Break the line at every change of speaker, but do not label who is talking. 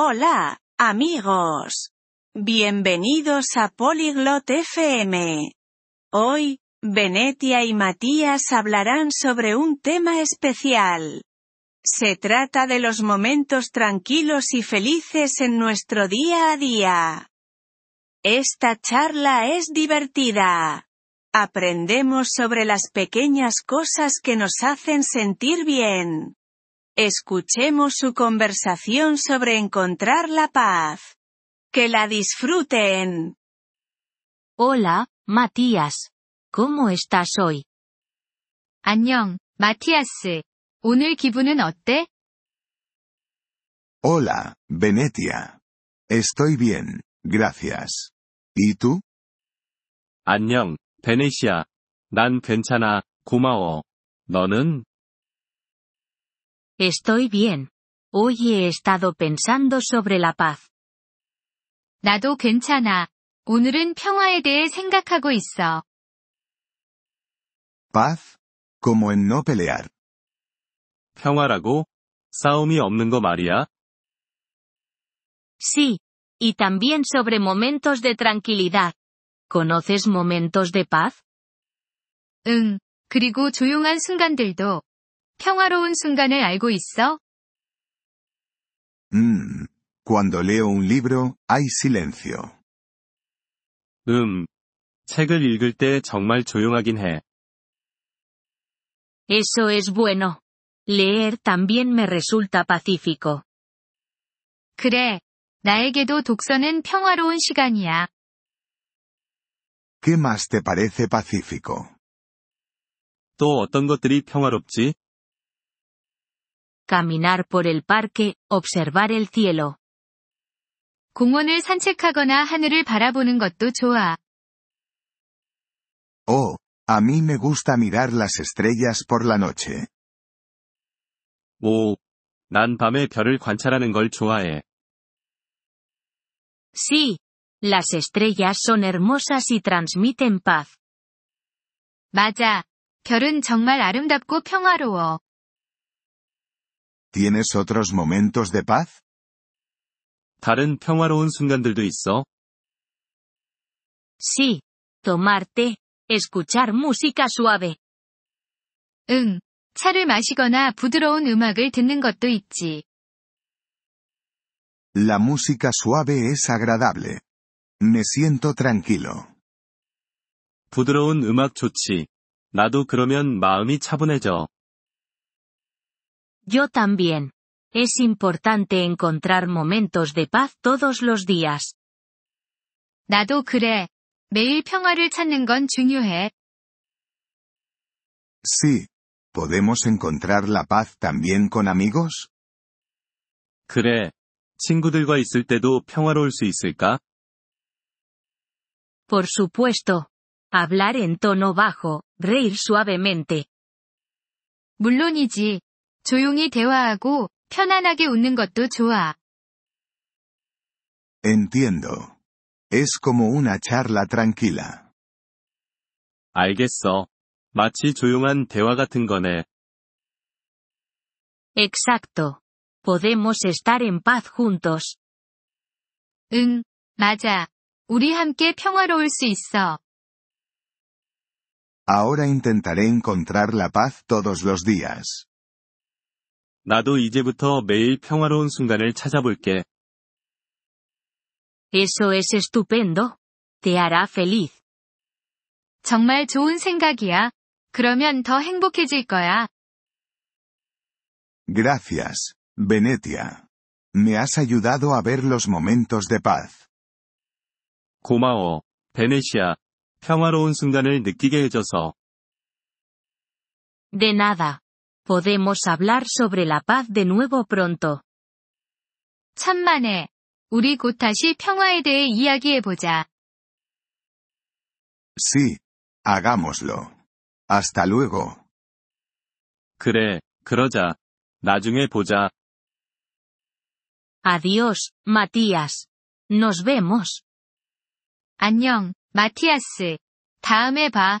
Hola, amigos. Bienvenidos a Polyglot FM. Hoy, Venetia y Matías hablarán sobre un tema especial. Se trata de los momentos tranquilos y felices en nuestro día a día. Esta charla es divertida. Aprendemos sobre las pequeñas cosas que nos hacen sentir bien. Escuchemos su conversación sobre encontrar la paz. Que la disfruten.
Hola, 마티아스. ¿Cómo estás hoy?
안녕, 마티아스. 오늘 기분은 어때?
Hola, Venetia. Estoy bien, gracias. ¿Y tú?
안녕, 베네시아. 난 괜찮아, 고마워. 너는?
Estoy bien. Hoy he estado pensando sobre la paz.
나도 괜찮아. 오늘은 평화에 대해 생각하고 있어.
Paz. Como en no pelear.
평화라고? 싸움이 없는 거 말이야?
Sí. Y también sobre momentos de tranquilidad. ¿Conoces momentos de paz?
응, 그리고 조용한 순간들도. 평화로운 순간을 알고 있어?
Mm. Cuando leo un libro, hay silencio.
음. 책을 읽을 때 정말 조용하긴 해.
Eso es bueno. Leer también me resulta pacífico.
그래. 나에게도 독서는 평화로운 시간이야.
¿Qué más te parece pacífico?
또 어떤 것들이 평화롭지?
Caminar por el parque, observar el cielo.
공원을 산책하거나 하늘을 바라보는 것도 좋아.
Oh, a mí me gusta mirar las estrellas por la noche.
오. 난 밤에 별을 관찰하는 걸 좋아해.
Sí. Las estrellas son hermosas y transmiten paz.
맞아. 별은 정말 아름답고 평화로워.
¿Tienes otros momentos de paz?
다른 평화로운 순간들도 있어.
Sí. Tomar té, escuchar música suave.
응. 차를 마시거나 부드러운 음악을 듣는 것도 있지.
La música suave es agradable. Me siento tranquilo.
부드러운 음악 좋지. 나도 그러면 마음이 차분해져.
Yo también. Es importante encontrar momentos de paz todos los días.
나도 그래. 매일 평화를 찾는 건 중요해.
Sí. ¿Podemos encontrar la paz también con amigos?
그래. 친구들과 있을 때도 평화로울 수 있을까?
Por supuesto. Hablar en tono bajo, reír suavemente.
물론이지. 조용히 대화하고 편안하게 웃는 것도 좋아.
Entiendo. Es como una charla tranquila.
알겠어. 마치 조용한 대화 같은 거네.
Exacto. Podemos estar en paz juntos.
응, 맞아. 우리 함께 평화로울 수 있어.
Ahora intentaré encontrar la paz todos los días.
나도 이제부터 매일 평화로운 순간을 찾아볼게.
Eso es estupendo. Te hará feliz.
정말 좋은 생각이야. 그러면 더 행복해질 거야.
Gracias, Venetia. Me has ayudado a ver los momentos de paz.
고마워. 베네시아. 평화로운 순간을 느끼게 해줘서.
De nada. Podemos hablar sobre la paz de nuevo pronto.
천만에. 우리 곧 다시 평화에 대해 이야기해보자.
Sí. Hagámoslo. Hasta luego.
그래, 그러자. 나중에 보자.
Adiós, Matías. Nos vemos.
안녕, 마티아스. 다음에 봐.